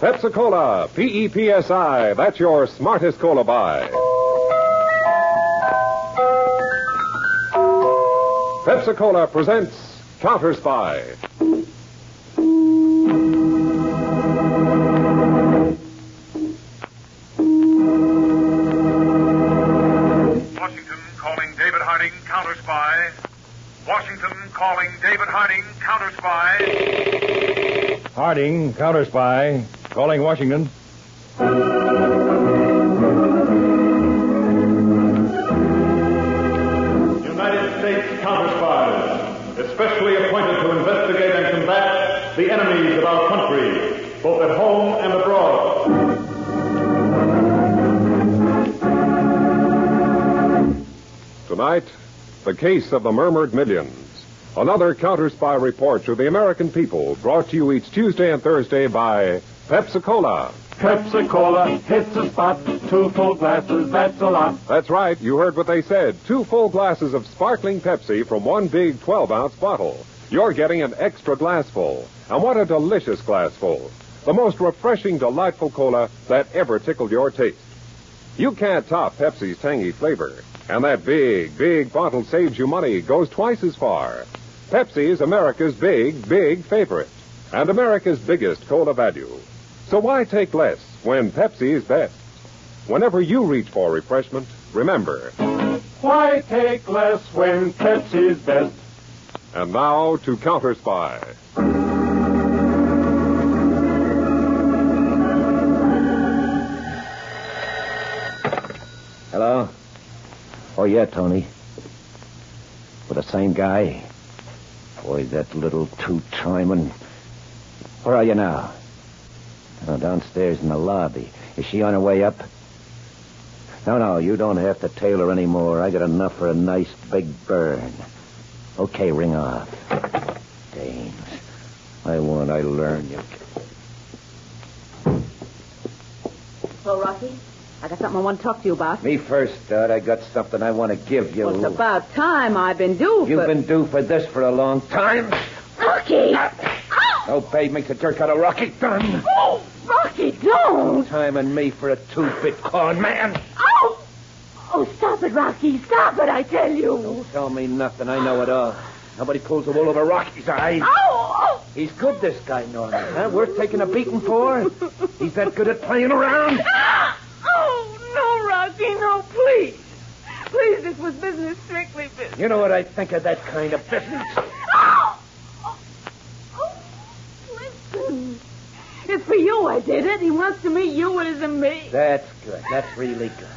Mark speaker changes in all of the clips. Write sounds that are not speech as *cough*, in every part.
Speaker 1: Pepsi-Cola, E P-E-P-S-I. That's your smartest cola buy. Pepsi-Cola presents Counter Spy.
Speaker 2: Washington calling David Harding counter spy. Washington calling David Harding counter spy.
Speaker 3: Harding, counter spy, calling Washington.
Speaker 4: United States counter spies, especially appointed to investigate and combat the enemies of our country, both at home and abroad.
Speaker 1: Tonight, the case of the murmured millions. Another counter spy report to the American people brought to you each Tuesday and Thursday by Pepsi Cola.
Speaker 5: Pepsi Cola hits the spot. Two full glasses, that's a lot.
Speaker 1: That's right, you heard what they said. Two full glasses of sparkling Pepsi from one big 12 ounce bottle. You're getting an extra glassful. And what a delicious glassful. The most refreshing, delightful cola that ever tickled your taste. You can't top Pepsi's tangy flavor. And that big, big bottle saves you money, goes twice as far. Pepsi is America's big, big favorite. And America's biggest cola value. So why take less when Pepsi is best? Whenever you reach for refreshment, remember.
Speaker 5: Why take less when Pepsi's best?
Speaker 1: And now to Counter Spy.
Speaker 6: Hello? Oh, yeah, Tony. With the same guy? Boy, that little two-timing. Where are you now? Oh, downstairs in the lobby. Is she on her way up? No, no, you don't have to tail her anymore. I got enough for a nice big burn. Okay, ring off. Dames, I want, I learn you.
Speaker 7: Well, Rocky, I got something I want to talk to you about.
Speaker 6: Me first, Dud. I got something I want to give you.
Speaker 7: Well, it's about time I've been due
Speaker 6: You've
Speaker 7: for...
Speaker 6: been due for this for a long time.
Speaker 7: Rocky!
Speaker 6: Obey makes a jerk out of Rocky. Done.
Speaker 7: Oh, Rocky, don't!
Speaker 6: Time and me for a two-bit corn man.
Speaker 7: Oh! Oh, stop it, Rocky. Stop it, I tell you.
Speaker 6: Don't tell me nothing. I know it all. Nobody pulls the wool over Rocky's eyes.
Speaker 7: Oh!
Speaker 6: He's good, this guy, Norman. Huh? Worth taking a beating for? He's that good at playing around?
Speaker 7: Oh, no, Rocky, no, please. Please, this was business, strictly business.
Speaker 6: You know what I think of that kind of business?
Speaker 7: Oh! Oh, listen. It's for you I did it. He wants to meet you as a me.
Speaker 6: That's good. That's really good.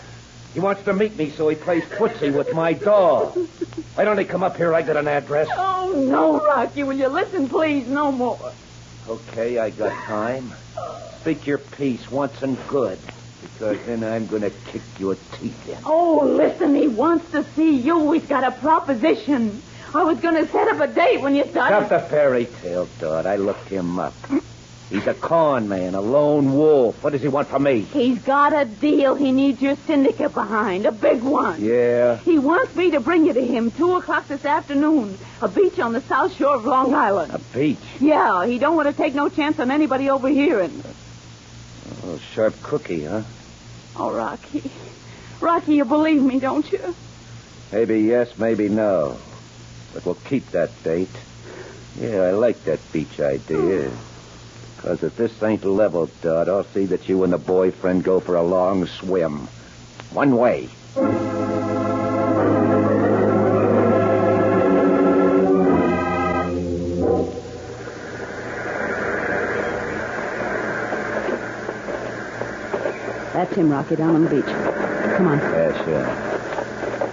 Speaker 6: He wants to meet me, so he plays footsie with my doll. Why don't he come up here? I got an address.
Speaker 7: Oh, no, Rocky, will you listen, please, no more.
Speaker 6: Okay, I got time. Speak your piece once and good, because then I'm going to kick your teeth in.
Speaker 7: Oh, listen, he wants to see you. He's got a proposition. I was going to set up a date when you
Speaker 6: Stop
Speaker 7: started.
Speaker 6: the fairy tale, Dot. I looked him up. He's a con man, a lone wolf. What does he want from me?
Speaker 7: He's got a deal. He needs your syndicate behind, a big one.
Speaker 6: Yeah.
Speaker 7: He wants me to bring you to him two o'clock this afternoon, a beach on the south shore of Long Island.
Speaker 6: A beach.
Speaker 7: Yeah, he don't want to take no chance on anybody overhearing.
Speaker 6: Oh, sharp cookie, huh?
Speaker 7: Oh, Rocky, Rocky, you believe me, don't you?
Speaker 6: Maybe yes, maybe no. But we'll keep that date. Yeah, I like that beach idea. Because if this ain't level, Dot, I'll see that you and the boyfriend go for a long swim. One way.
Speaker 7: That's him, Rocky, down on the beach. Come on.
Speaker 6: Yeah, sure.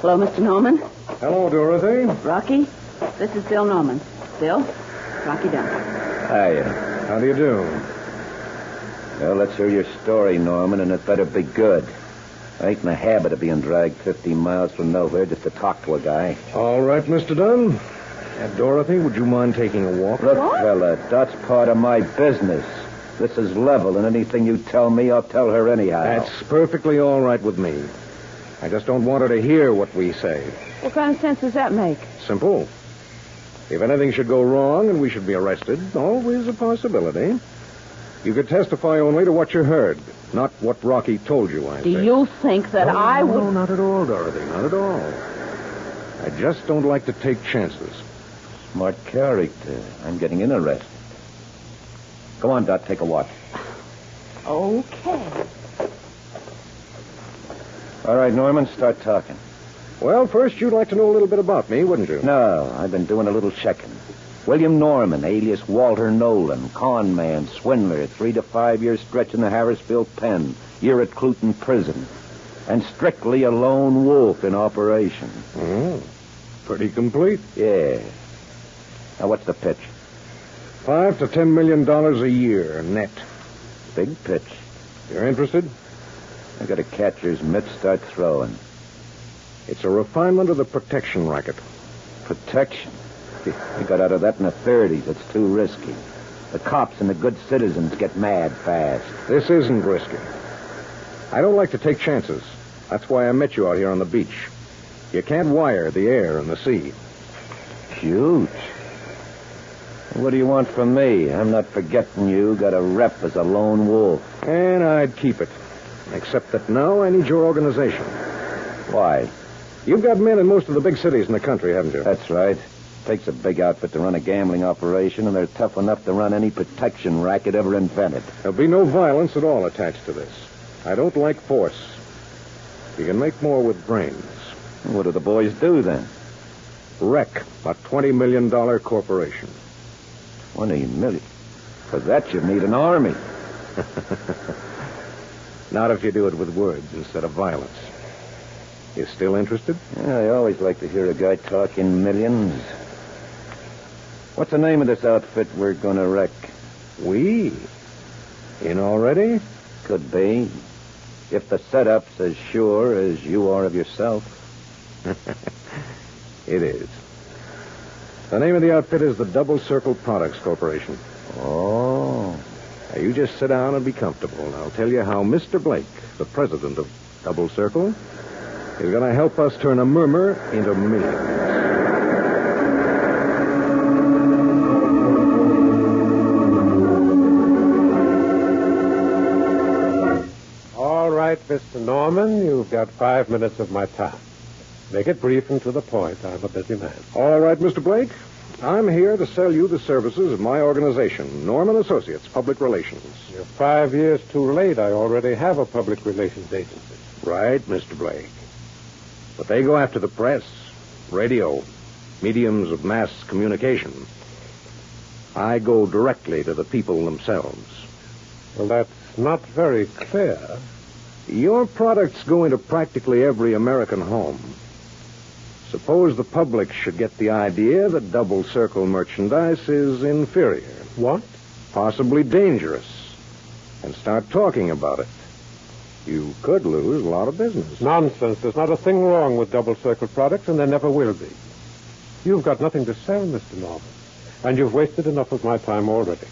Speaker 7: Hello, Mr. Norman.
Speaker 3: Hello, Dorothy.
Speaker 7: Rocky, this is Bill Norman. Bill, Rocky down.
Speaker 6: Hiya.
Speaker 3: How do you do?
Speaker 6: Well, let's hear your story, Norman, and it better be good. I ain't in the habit of being dragged 50 miles from nowhere just to talk to a guy.
Speaker 3: All right, Mr. Dunn. Uh, Dorothy, would you mind taking a walk?
Speaker 6: Look, fella, Dot's part of my business. This is level, and anything you tell me, I'll tell her anyhow.
Speaker 3: That's perfectly all right with me. I just don't want her to hear what we say.
Speaker 7: What kind of sense does that make?
Speaker 3: Simple.
Speaker 1: If anything should go wrong and we should be arrested, always a possibility. You could testify only to what you heard, not what Rocky told you, I
Speaker 7: Do
Speaker 1: think.
Speaker 7: you think that
Speaker 1: No,
Speaker 7: I
Speaker 1: no,
Speaker 7: would.
Speaker 1: not at all, Dorothy. Not at all. I just don't like to take chances.
Speaker 6: Smart character. I'm getting interested. Go on, Dot. Take a watch.
Speaker 7: Okay.
Speaker 6: All right, Norman. Start talking.
Speaker 1: Well, first you'd like to know a little bit about me, wouldn't you?
Speaker 6: No, I've been doing a little checking. William Norman, alias Walter Nolan, con man, swindler, three to five years stretch in the Harrisville pen, year at Cluton prison, and strictly a lone wolf in operation.
Speaker 1: Oh, pretty complete.
Speaker 6: Yeah. Now, what's the pitch?
Speaker 1: Five to ten million dollars a year net.
Speaker 6: Big pitch.
Speaker 1: You're interested?
Speaker 6: I got a catcher's mitt, start throwing.
Speaker 1: It's a refinement of the protection racket.
Speaker 6: Protection. I got out of that in the 30s. It's too risky. The cops and the good citizens get mad fast.
Speaker 1: This isn't risky. I don't like to take chances. That's why I met you out here on the beach. You can't wire the air and the sea.
Speaker 6: Huge. What do you want from me? I'm not forgetting you. Got a rep as a lone wolf.
Speaker 1: And I'd keep it. Except that now I need your organization.
Speaker 6: Why?
Speaker 1: You've got men in most of the big cities in the country, haven't you?
Speaker 6: That's right. Takes a big outfit to run a gambling operation, and they're tough enough to run any protection racket ever invented.
Speaker 1: There'll be no violence at all attached to this. I don't like force. You can make more with brains.
Speaker 6: What do the boys do then?
Speaker 1: Wreck a $20 million corporation.
Speaker 6: Twenty million. For that, you'd need an army. *laughs*
Speaker 1: Not if you do it with words instead of violence. You still interested?
Speaker 6: Yeah, I always like to hear a guy talk in millions. What's the name of this outfit we're going to wreck?
Speaker 1: We? In already?
Speaker 6: Could be. If the setup's as sure as you are
Speaker 1: *laughs*
Speaker 6: of yourself.
Speaker 1: It is. The name of the outfit is the Double Circle Products Corporation.
Speaker 6: Oh.
Speaker 1: Now, you just sit down and be comfortable, and I'll tell you how Mr. Blake, the president of Double Circle, is going to help us turn a murmur into millions.
Speaker 8: All right, Mr. Norman, you've got five minutes of my time. Make it brief and to the point. I'm a busy man.
Speaker 1: All right, Mr. Blake. I'm here to sell you the services of my organization, Norman Associates Public Relations.
Speaker 8: You're five years too late. I already have a public relations agency.
Speaker 1: Right, Mr. Blake. But they go after the press, radio, mediums of mass communication. I go directly to the people themselves.
Speaker 8: Well, that's not very clear.
Speaker 1: Your products go into practically every American home. Suppose the public should get the idea that double circle merchandise is inferior,
Speaker 8: What?
Speaker 1: possibly dangerous, and start talking about it. You could lose a lot of business.
Speaker 8: Nonsense. There's not a thing wrong with double circle products, and there never will be. You've got nothing to sell, Mr. Norman, and you've wasted enough of my time already.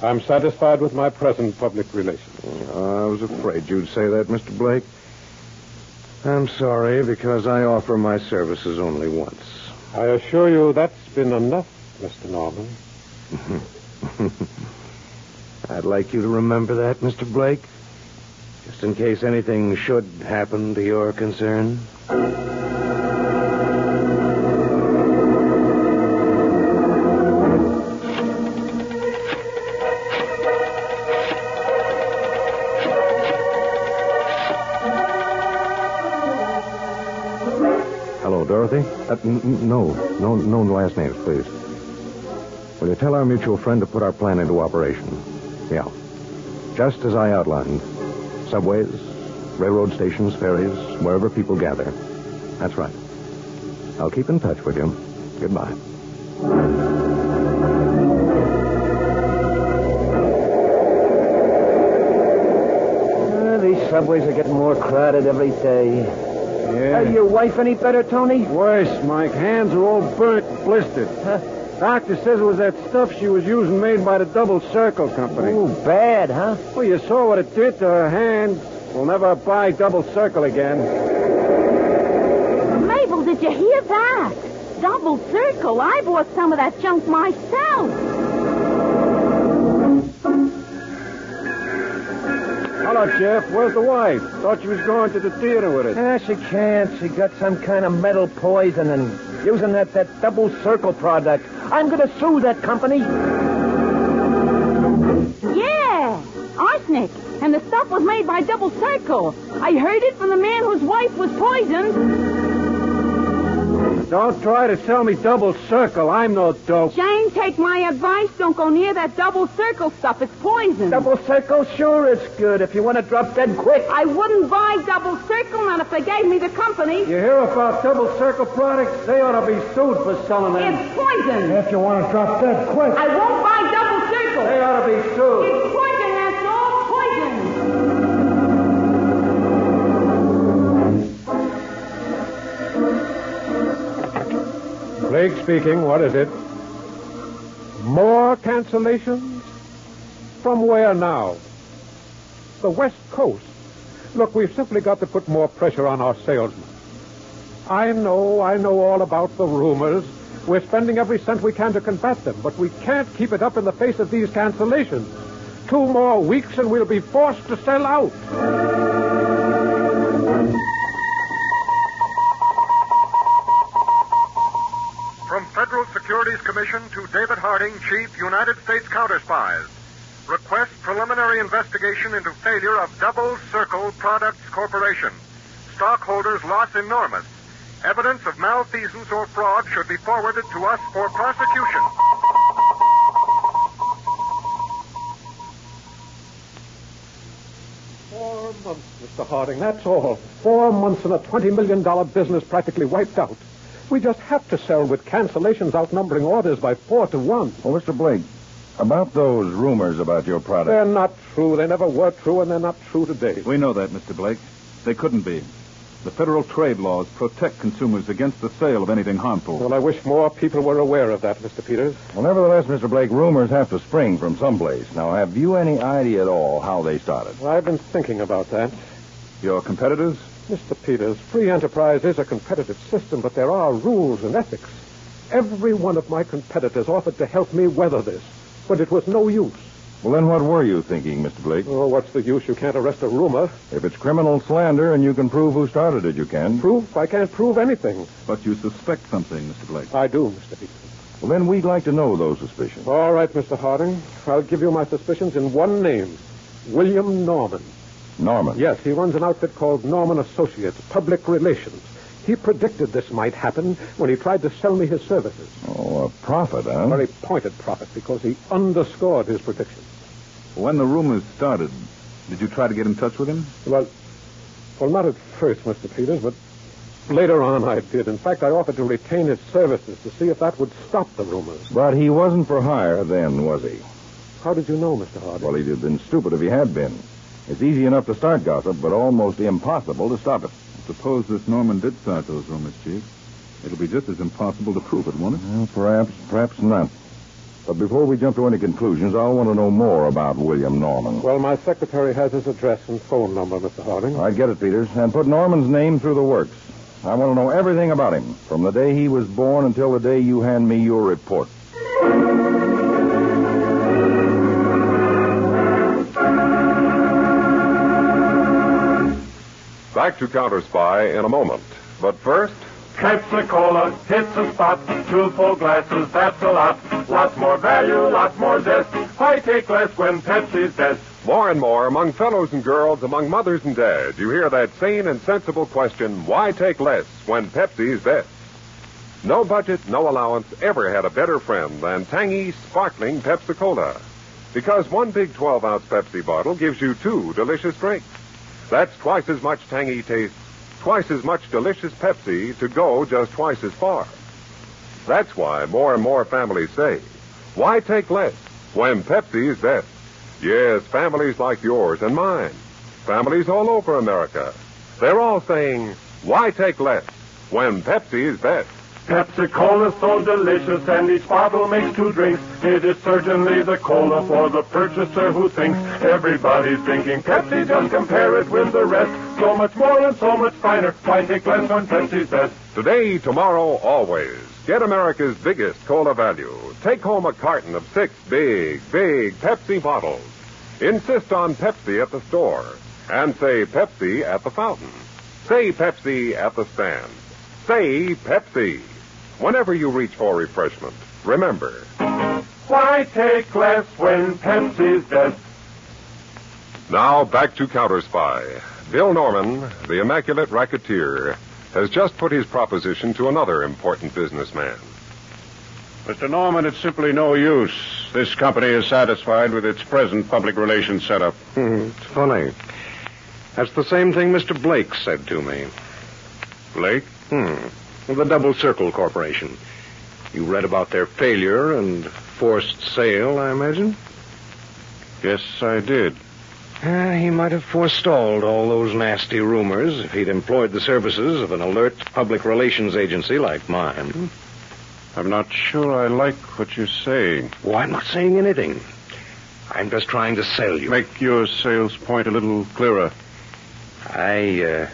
Speaker 8: I'm satisfied with my present public relations.
Speaker 1: Oh, I was afraid you'd say that, Mr. Blake. I'm sorry, because I offer my services only once.
Speaker 8: I assure you that's been enough, Mr. Norman.
Speaker 1: I'd like you to remember that, Mr. Blake, just in case anything should happen to your concern. Hello, Dorothy. Uh, n- n- no, no, no last names, please. Will you tell our mutual friend to put our plan into operation? Yeah. Just as I outlined. Subways, railroad stations, ferries, wherever people gather. That's right. I'll keep in touch with you. Goodbye.
Speaker 6: Uh, these subways are getting more crowded every day.
Speaker 1: Yeah.
Speaker 6: Hey, your wife any better, Tony?
Speaker 1: Worse, Mike. Hands are all burnt, blistered. Doctor says it was that stuff she was using made by the Double Circle Company.
Speaker 6: Oh, bad, huh?
Speaker 1: Well, you saw what it did to her hand. We'll never buy Double Circle again.
Speaker 7: Mabel, did you hear that? Double circle. I bought some of that junk myself.
Speaker 3: Hello, Jeff. Where's the wife? Thought you was going to the theater with us.
Speaker 6: Ah, she can't. She got some kind of metal poisoning. Using that, that double circle product. I'm going to sue that company.
Speaker 7: Yeah, arsenic. And the stuff was made by double circle. I heard it from the man whose wife was poisoned.
Speaker 3: Don't try to sell me double circle. I'm no dope.
Speaker 7: Jane, take my advice. Don't go near that double circle stuff. It's poison.
Speaker 6: Double circle? Sure, it's good. If you want to drop dead quick.
Speaker 7: I wouldn't buy double circle, not if they gave me the company.
Speaker 3: You hear about double circle products? They ought to be sued for selling
Speaker 7: It's poison.
Speaker 3: If you want to drop dead quick,
Speaker 7: I won't buy double circle.
Speaker 3: they ought to be sued.
Speaker 7: It's poison, that's all. Poison.
Speaker 9: Blake speaking. What is it? More cancellations? From where now? The West Coast. Look, we've simply got to put more pressure on our salesmen. I know, I know all about the rumors. We're spending every cent we can to combat them, but we can't keep it up in the face of these cancellations. Two more weeks and we'll be forced to sell out.
Speaker 2: From Federal Securities Commission to David Harding, Chief, United States Counter Spies. Request preliminary investigation into failure of Double Circle Products Corporation. Stockholders' loss enormous. Evidence of malfeasance or fraud should be forwarded to us for prosecution.
Speaker 9: Four months, Mr. Harding, that's all. Four months and a $20 million business practically wiped out. We just have to sell with cancellations outnumbering orders by four to one.
Speaker 3: Well, Mr. Blake, about those rumors about your product.
Speaker 9: They're not true. They never were true, and they're not true today.
Speaker 10: We know that, Mr. Blake. They couldn't be. The federal trade laws protect consumers against the sale of anything harmful.
Speaker 9: Well, I wish more people were aware of that, Mr. Peters.
Speaker 3: Well, nevertheless, Mr. Blake, rumors have to spring from someplace. Now, have you any idea at all how they started?
Speaker 9: Well, I've been thinking about that.
Speaker 10: Your competitors?
Speaker 9: Mr. Peters, free enterprise is a competitive system, but there are rules and ethics. Every one of my competitors offered to help me weather this, but it was no use.
Speaker 10: Well, then what were you thinking, Mr. Blake?
Speaker 9: Oh, what's the use? You can't arrest a rumor.
Speaker 10: If it's criminal slander and you can prove who started it, you can.
Speaker 9: Proof? I can't prove anything.
Speaker 10: But you suspect something, Mr. Blake.
Speaker 9: I do, Mr. Peters.
Speaker 10: Well, then we'd like to know those suspicions.
Speaker 9: All right, Mr. Harding. I'll give you my suspicions in one name William Norman.
Speaker 10: Norman.
Speaker 9: Yes, he runs an outfit called Norman Associates, Public Relations. He predicted this might happen when he tried to sell me his services.
Speaker 10: Oh, a prophet, huh?
Speaker 9: A very pointed prophet because he underscored his prediction.
Speaker 10: When the rumors started, did you try to get in touch with him?
Speaker 9: Well, well, not at first, Mr. Peters, but later on I did. In fact, I offered to retain his services to see if that would stop the rumors.
Speaker 10: But he wasn't for hire then, was he?
Speaker 9: How did you know, Mr. Harding?
Speaker 10: Well, he'd have been stupid if he had been. It's easy enough to start gossip, but almost impossible to stop it. Suppose this Norman did start those rumors, Chief. It'll be just as impossible to prove it, won't it?
Speaker 3: Well, perhaps, perhaps not. But before we jump to any conclusions, I'll want to know more about William Norman.
Speaker 9: Well, my secretary has his address and phone number, Mr. Harding.
Speaker 3: All right, get it, Peters, and put Norman's name through the works. I want to know everything about him, from the day he was born until the day you hand me your report.
Speaker 1: Back to Counter Spy in a moment. But first,
Speaker 5: Pepsi-Cola hits the spot. Two full glasses, that's a lot. Lots more value, lots more zest. Why take less when Pepsi's best?
Speaker 1: more and more among fellows and girls, among mothers and dads, you hear that sane and sensible question why take less when Pepsi's best? No budget, no allowance ever had a better friend than tangy, sparkling Pepsi Cola. Because one big 12 ounce Pepsi bottle gives you two delicious drinks. That's twice as much tangy taste, twice as much delicious Pepsi to go just twice as far. That's why more and more families say, why take less when Pepsi is best? Yes, families like yours and mine, families all over America, they're all saying, why take less when Pepsi is best?
Speaker 5: Pepsi-Cola's so delicious and each bottle makes two drinks. It is certainly the cola for the purchaser who thinks everybody's drinking Pepsi. Just compare it with the rest. So much more and so much finer. Why take less when Pepsi's best?
Speaker 1: Today, tomorrow, always.
Speaker 11: Get America's biggest cola value. Take home a carton of six big, big Pepsi bottles. Insist on Pepsi at the store. And say Pepsi at the fountain. Say Pepsi at the stand. Say Pepsi. Whenever you reach for refreshment, remember.
Speaker 5: Why take less when Pepsi's best?
Speaker 11: Now back to Counter Spy. Bill Norman, the immaculate racketeer, has just put his proposition to another important businessman.
Speaker 12: Mr. Norman, it's simply no use. This company is satisfied with its present public relations
Speaker 1: *laughs*
Speaker 12: setup.
Speaker 1: Hmm, it's funny. That's the same thing Mr. Blake said to me.
Speaker 12: Blake?
Speaker 1: Hmm. The Double Circle Corporation. You read about their failure and forced sale, I imagine?
Speaker 12: Yes, I did.
Speaker 1: Uh, he might have forestalled all those nasty rumors if he'd employed the services of an alert public relations agency like mine.
Speaker 12: I'm not sure I like what you say.
Speaker 1: Well, I'm not saying anything. I'm just trying to sell you.
Speaker 12: Make your sales point a little clearer.
Speaker 1: I uh,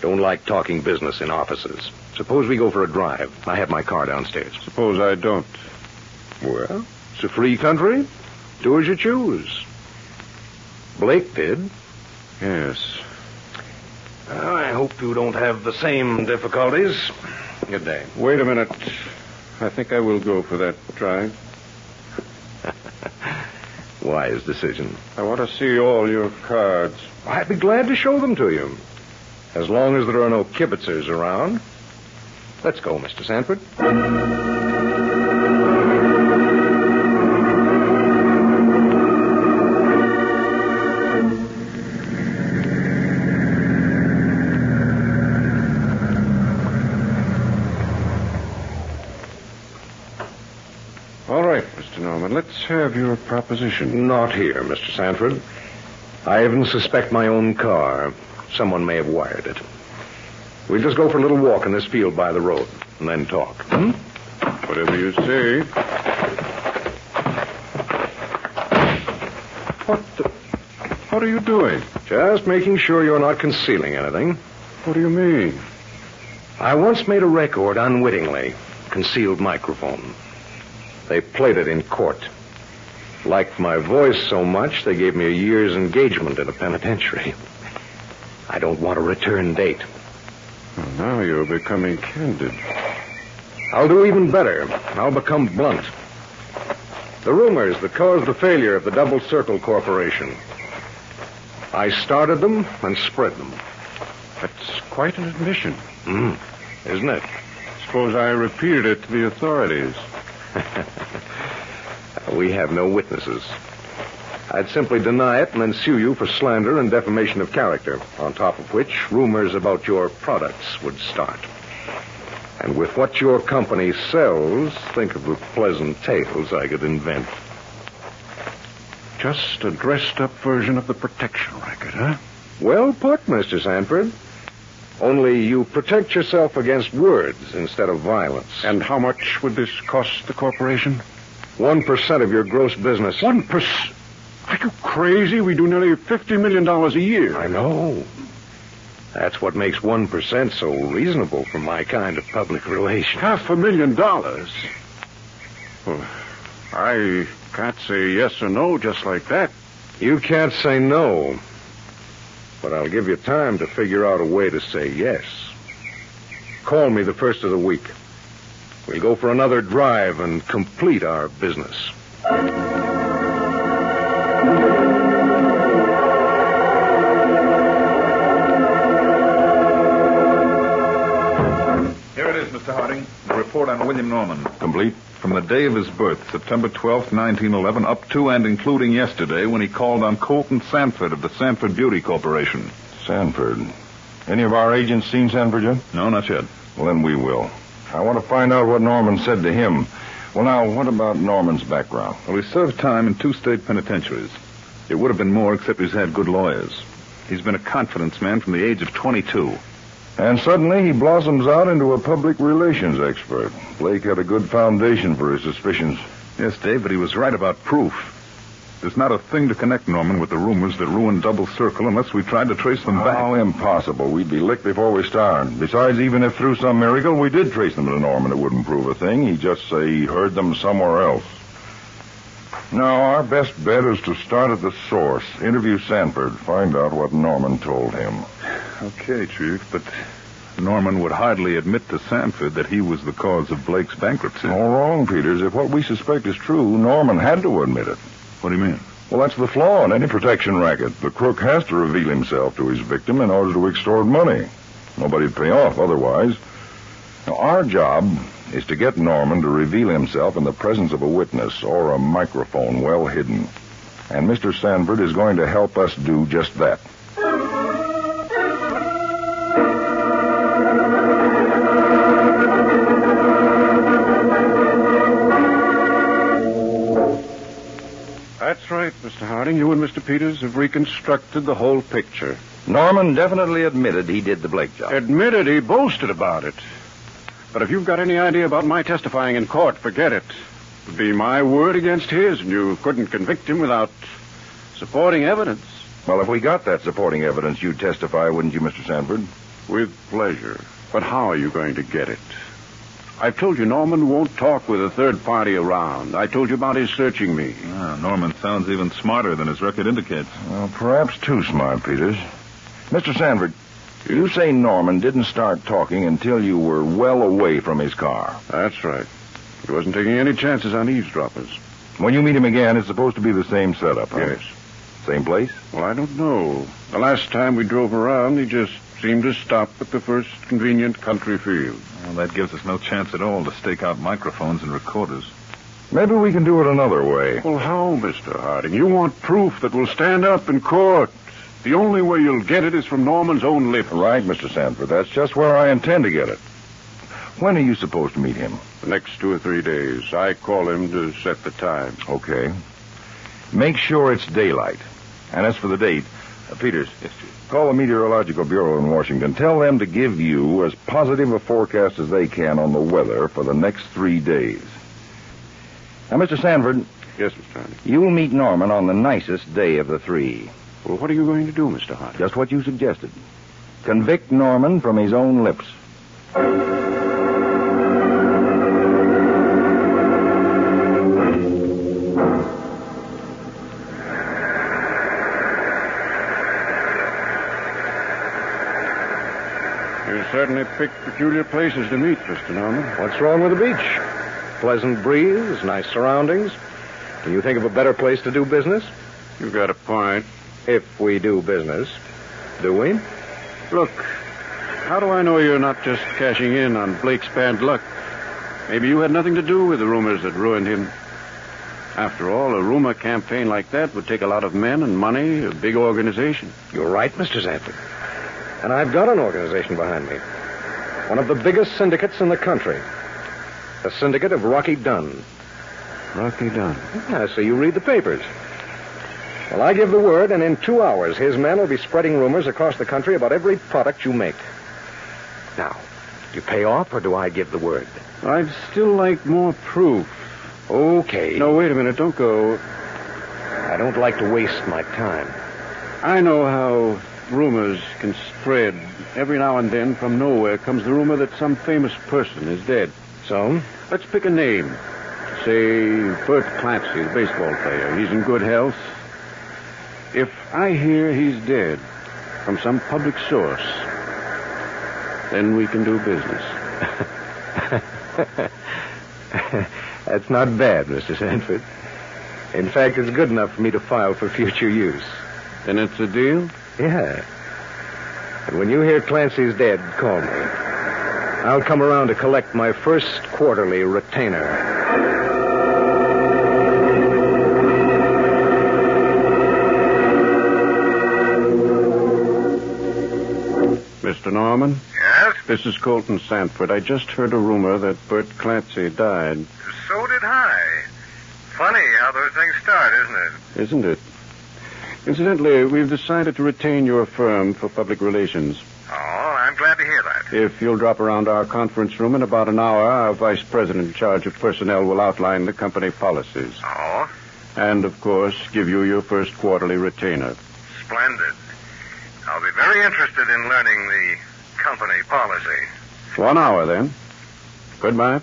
Speaker 1: don't like talking business in offices. Suppose we go for a drive. I have my car downstairs.
Speaker 12: Suppose I don't.
Speaker 1: Well, it's a free country. Do as you choose. Blake did.
Speaker 12: Yes.
Speaker 1: I hope you don't have the same difficulties. Good day.
Speaker 12: Wait a minute. I think I will go for that drive.
Speaker 1: Wise decision.
Speaker 12: I want to see all your cards.
Speaker 1: I'd be glad to show them to you. As long as there are no kibitzers around. Let's go, Mr. Sanford.
Speaker 12: All right, Mr. Norman, let's have your proposition.
Speaker 1: Not here, Mr. Sanford. I even suspect my own car. Someone may have wired it. We'll just go for a little walk in this field by the road and then talk. Hmm?
Speaker 12: Whatever you say. What the... What are you doing?
Speaker 1: Just making sure you're not concealing anything.
Speaker 12: What do you mean?
Speaker 1: I once made a record unwittingly, concealed microphone. They played it in court. Liked my voice so much, they gave me a year's engagement in a penitentiary. I don't want a return date.
Speaker 12: Well, now you're becoming candid.
Speaker 1: I'll do even better. I'll become blunt. The rumors that caused the failure of the Double Circle Corporation. I started them and spread them.
Speaker 12: That's quite an admission.
Speaker 1: Mm, isn't it?
Speaker 12: Suppose I repeated it to the authorities.
Speaker 1: we have no witnesses. I'd simply deny it and then sue you for slander and defamation of character, on top of which rumors about your products would start. And with what your company sells, think of the pleasant tales I could invent.
Speaker 12: Just a dressed up version of the protection racket, huh?
Speaker 1: Well put, Mr. Sanford. Only you protect yourself against words instead of violence.
Speaker 12: And how much would this cost the corporation?
Speaker 1: One percent of your gross business.
Speaker 12: One percent? Are you crazy? We do nearly $50 million a year.
Speaker 1: I know. That's what makes one percent so reasonable for my kind of public relations. Hmm.
Speaker 12: Half a million dollars? Well, I can't say yes or no just like that.
Speaker 1: You can't say no, but I'll give you time to figure out a way to say yes. Call me the first of the week. We'll go for another drive and complete our business.
Speaker 13: Here it is, Mr. Harding. The report on William Norman. Complete. From the day of his birth, September 12th, 1911, up to and including yesterday, when he called on Colton Sanford of the Sanford Beauty Corporation.
Speaker 14: Sanford. Any of our agents seen Sanford yet?
Speaker 13: No, not yet.
Speaker 14: Well, then we will. I want to find out what Norman said to him. Well, now, what about Norman's background?
Speaker 13: Well, he served time in two state penitentiaries. It would have been more, except he's had good lawyers. He's been a confidence man from the age of 22.
Speaker 14: And suddenly he blossoms out into a public relations expert. Blake had a good foundation for his suspicions.
Speaker 13: Yes, Dave, but he was right about proof. There's not a thing to connect Norman with the rumors that ruined Double Circle unless we tried to trace them back.
Speaker 1: How impossible. We'd be licked before we started. Besides, even if through some miracle we did trace them to Norman, it wouldn't prove a thing. He'd just say he heard them somewhere else. No, our best bet is to start at the source. Interview Sanford. Find out what Norman told him.
Speaker 13: Okay, Chief, but Norman would hardly admit to Sanford that he was the cause of Blake's bankruptcy.
Speaker 1: All wrong, Peters. If what we suspect is true, Norman had to admit it.
Speaker 13: What do you mean?
Speaker 1: Well, that's the flaw in any protection racket. The crook has to reveal himself to his victim in order to extort money. Nobody'd pay off otherwise. Now, our job is to get Norman to reveal himself in the presence of a witness or a microphone well hidden. And Mr. Sanford is going to help us do just that.
Speaker 15: That's right, Mr. Harding. You and Mr. Peters have reconstructed the whole picture.
Speaker 6: Norman definitely admitted he did the Blake job.
Speaker 15: Admitted he boasted about it. But if you've got any idea about my testifying in court, forget it. It'd be my word against his, and you couldn't convict him without supporting evidence.
Speaker 1: Well, if we got that supporting evidence, you'd testify, wouldn't you, Mr. Sanford?
Speaker 15: With pleasure. But how are you going to get it? I've told you Norman won't talk with a third party around. I told you about his searching me.
Speaker 13: Ah, Norman sounds even smarter than his record indicates.
Speaker 1: Well, perhaps too smart, Peters. Mr. Sanford, you say Norman didn't start talking until you were well away from his car.
Speaker 15: That's right. He wasn't taking any chances on eavesdroppers.
Speaker 1: When you meet him again, it's supposed to be the same setup, huh?
Speaker 15: Yes.
Speaker 1: Same place?
Speaker 15: Well, I don't know. The last time we drove around, he just seemed to stop at the first convenient country field.
Speaker 13: Well, that gives us no chance at all to stake out microphones and recorders.
Speaker 1: Maybe we can do it another way.
Speaker 15: Well, how, Mr. Harding? You want proof that will stand up in court. The only way you'll get it is from Norman's own lips.
Speaker 1: Right, Mr. Sanford. That's just where I intend to get it. When are you supposed to meet him?
Speaker 15: The next two or three days. I call him to set the time.
Speaker 1: Okay. Make sure it's daylight. And as for the date, uh, Peters,
Speaker 13: Yes, Chief.
Speaker 1: Call the Meteorological Bureau in Washington. Tell them to give you as positive a forecast as they can on the weather for the next three days. Now, Mr. Sanford,
Speaker 15: Yes, Mr. Harding.
Speaker 1: you'll meet Norman on the nicest day of the three.
Speaker 15: Well, what are you going to do, Mr. Harding?
Speaker 1: Just what you suggested. Convict Norman from his own lips.
Speaker 15: You certainly picked peculiar places to meet, Mr. Norman.
Speaker 6: What's wrong with the beach? Pleasant breeze, nice surroundings. Can you think of a better place to do business?
Speaker 15: You've got a point.
Speaker 6: If we do business. Do we?
Speaker 15: Look, how do I know you're not just cashing in on Blake's bad luck? Maybe you had nothing to do with the rumors that ruined him. After all, a rumor campaign like that would take a lot of men and money, a big organization.
Speaker 6: You're right, Mr. Sanford. And I've got an organization behind me. One of the biggest syndicates in the country. The Syndicate of Rocky Dunn.
Speaker 15: Rocky Dunn.
Speaker 6: I see you read the papers. Well, I give the word, and in two hours, his men will be spreading rumors across the country about every product you make. Now, do you pay off, or do I give the word?
Speaker 15: I'd still like more proof.
Speaker 6: Okay.
Speaker 15: No, wait a minute. Don't go.
Speaker 6: I don't like to waste my time.
Speaker 15: I know how rumors can spread. Every now and then, from nowhere, comes the rumor that some famous person is dead.
Speaker 6: So?
Speaker 15: Let's pick a name. Say, Bert Clancy, the baseball player. He's in good health. If I hear he's dead from some public source, then we can do business.
Speaker 6: *laughs* That's not bad, Mr. Sanford. In fact, it's good enough for me to file for future use.
Speaker 15: Then it's a deal?
Speaker 6: Yeah. And when you hear Clancy's dead, call me. I'll come around to collect my first quarterly retainer.
Speaker 15: Mr. Norman?
Speaker 2: Yes?
Speaker 15: This is Colton Sanford. I just heard a rumor that Bert Clancy died.
Speaker 2: So did I. Funny how those things start, isn't it?
Speaker 15: Isn't it? Incidentally, we've decided to retain your firm for public relations.
Speaker 2: Oh, I'm glad to hear that.
Speaker 15: If you'll drop around our conference room in about an hour, our vice president in charge of personnel will outline the company policies.
Speaker 2: Oh?
Speaker 15: And, of course, give you your first quarterly retainer.
Speaker 2: Splendid. I'll be very interested in learning the company policy.
Speaker 15: One hour, then. Goodbye.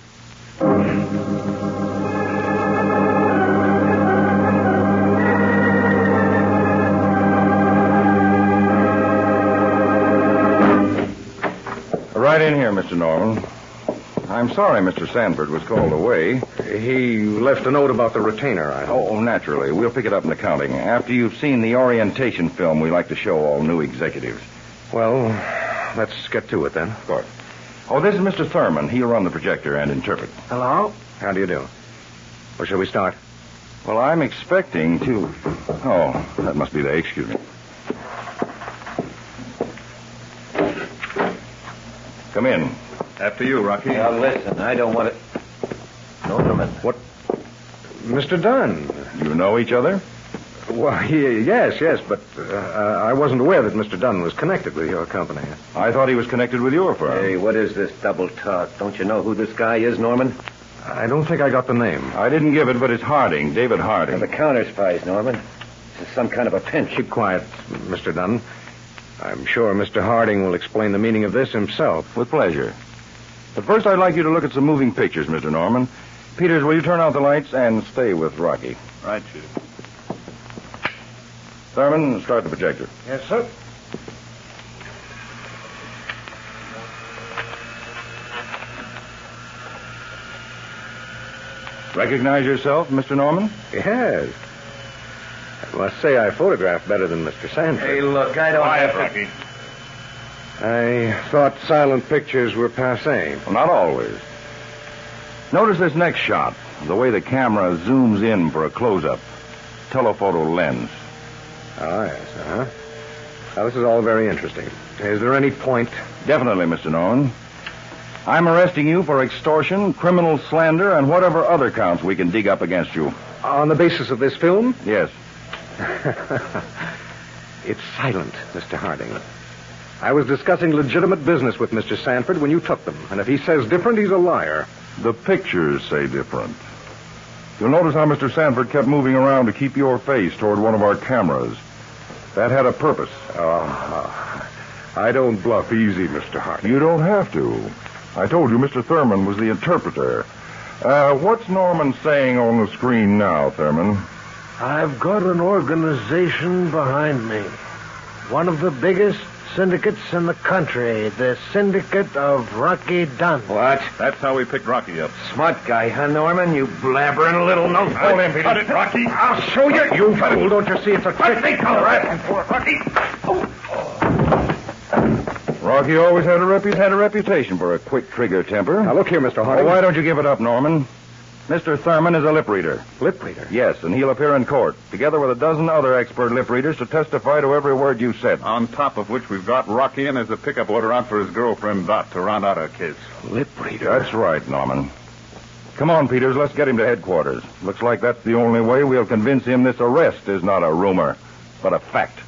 Speaker 1: Right in here, Mr. Norman. I'm sorry Mr. Sandford was called away. He left a note about the retainer, I Oh, naturally. We'll pick it up in accounting after you've seen the orientation film we like to show all new executives. Well, let's get to it then. Of course. Oh, this is Mr. Thurman. He'll run the projector and interpret. Hello? How do you do? Where shall we start? Well, I'm expecting to. Oh, that must be the. Excuse me. Come in. After you, Rocky.
Speaker 16: Now, listen, I don't want to.
Speaker 1: Norman. What? Mr. Dunn. You know each other?
Speaker 6: Why, y- yes, yes, but uh, I wasn't aware that Mr. Dunn was connected with your company.
Speaker 1: I thought he was connected with your firm.
Speaker 16: Hey, what is this double talk? Don't you know who this guy is, Norman?
Speaker 1: I don't think I got the name. I didn't give it, but it's Harding, David Harding.
Speaker 16: the counter spies, Norman. This is some kind of a pinch.
Speaker 6: Keep quiet, Mr. Dunn. I'm sure Mr. Harding will explain the meaning of this himself.
Speaker 1: With pleasure. But first, I'd like you to look at some moving pictures, Mr. Norman. Peters, will you turn out the lights and stay with Rocky?
Speaker 15: Right, Chief.
Speaker 1: Thurman, start the projector.
Speaker 16: Yes, sir.
Speaker 1: Recognize yourself, Mr. Norman?
Speaker 6: Yes. I must say I photograph better than Mr. Sanford.
Speaker 16: Hey, look, I don't.
Speaker 6: Quiet,
Speaker 16: have to-
Speaker 6: I thought silent pictures were passe.
Speaker 1: Well, not always. Notice this next shot the way the camera zooms in for a close up. Telephoto lens.
Speaker 6: Ah, yes, huh? Now, this is all very interesting. Is there any point?
Speaker 1: Definitely, Mr. Norman. I'm arresting you for extortion, criminal slander, and whatever other counts we can dig up against you.
Speaker 6: On the basis of this film? *laughs*
Speaker 1: Yes.
Speaker 6: It's silent, Mr. Harding. I was discussing legitimate business with Mr. Sanford when you took them, and if he says different, he's a liar.
Speaker 17: The pictures say different. You'll notice how Mr. Sanford kept moving around to keep your face toward one of our cameras. That had a purpose. Uh,
Speaker 6: Ah, I don't bluff easy, Mr. Harding.
Speaker 17: You don't have to. I told you Mr. Thurman was the interpreter. Uh, what's Norman saying on the screen now, Thurman?
Speaker 18: I've got an organization behind me. One of the biggest syndicates in the country, the Syndicate of Rocky Dunn.
Speaker 16: What?
Speaker 1: That's how we picked Rocky up.
Speaker 16: Smart guy, huh, Norman? You blabbering little no.
Speaker 1: Hold him, Peter.
Speaker 16: Cut it,
Speaker 1: Rocky.
Speaker 16: I'll show you.
Speaker 6: You fool, don't you see it's a trick?
Speaker 16: Rocky.
Speaker 1: Rocky always had a, repu- had a reputation for a quick trigger temper. Now,
Speaker 6: look here, Mr.
Speaker 1: Harding. why don't you give it up, Norman? Mr. Thurman is a lip reader.
Speaker 6: Lip reader?
Speaker 1: Yes, and he'll appear in court, together with a dozen other expert lip readers, to testify to every word you said.
Speaker 19: On top of which, we've got Rocky and there's a pickup order out for his girlfriend, Dot, to round out our case.
Speaker 1: Lip reader? That's right, Norman. Come on, Peters, let's get him to headquarters. Looks like that's the only way we'll convince him this arrest is not a rumor, but a fact.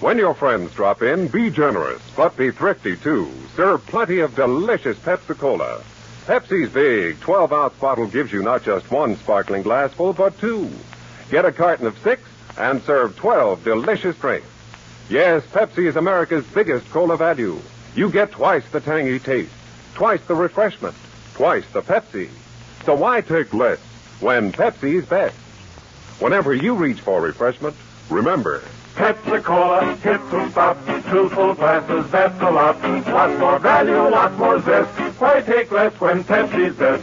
Speaker 20: When your friends drop in, be generous, but be thrifty too. Serve plenty of delicious Pepsi Cola. Pepsi's big 12 ounce bottle gives you not just one sparkling glassful, but two. Get a carton of six and serve 12 delicious drinks. Yes, Pepsi is America's biggest cola value. You get twice the tangy taste, twice the refreshment, twice the Pepsi. So why take less when Pepsi's best? Whenever you reach for refreshment, remember.
Speaker 5: Pepsi Cola, hit to stop. Two full glasses, that's a lot. Lots more value, lots more zest. Why take less when Pepsi's best?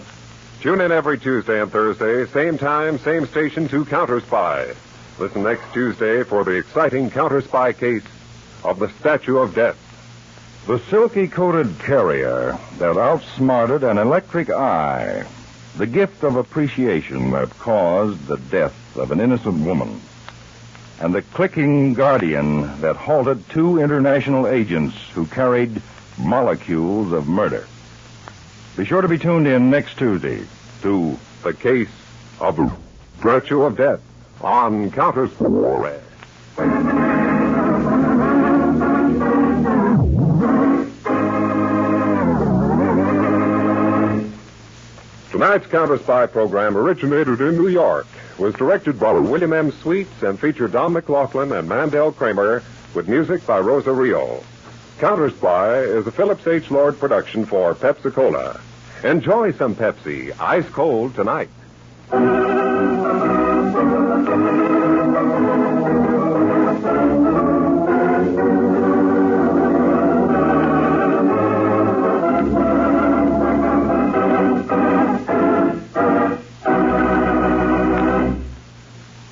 Speaker 20: Tune in every Tuesday and Thursday, same time, same station to Counter Spy. Listen next Tuesday for the exciting Counter Spy case of the Statue of Death.
Speaker 17: The silky coated
Speaker 20: carrier
Speaker 17: that outsmarted an electric eye.
Speaker 1: The gift of appreciation that caused the death of an innocent woman. And the clicking guardian that halted two international agents who carried molecules of murder. Be sure to be tuned in next Tuesday to
Speaker 20: The Case of the Virtue of Death on Counter Spy.
Speaker 1: Tonight's Counter Spy program originated in New York, was directed by William M. Sweets, and featured Don McLaughlin and Mandel Kramer with music by Rosa Rio. Counter Spy is a Phillips H. Lord production for Pepsi Cola. Enjoy some Pepsi, ice cold tonight.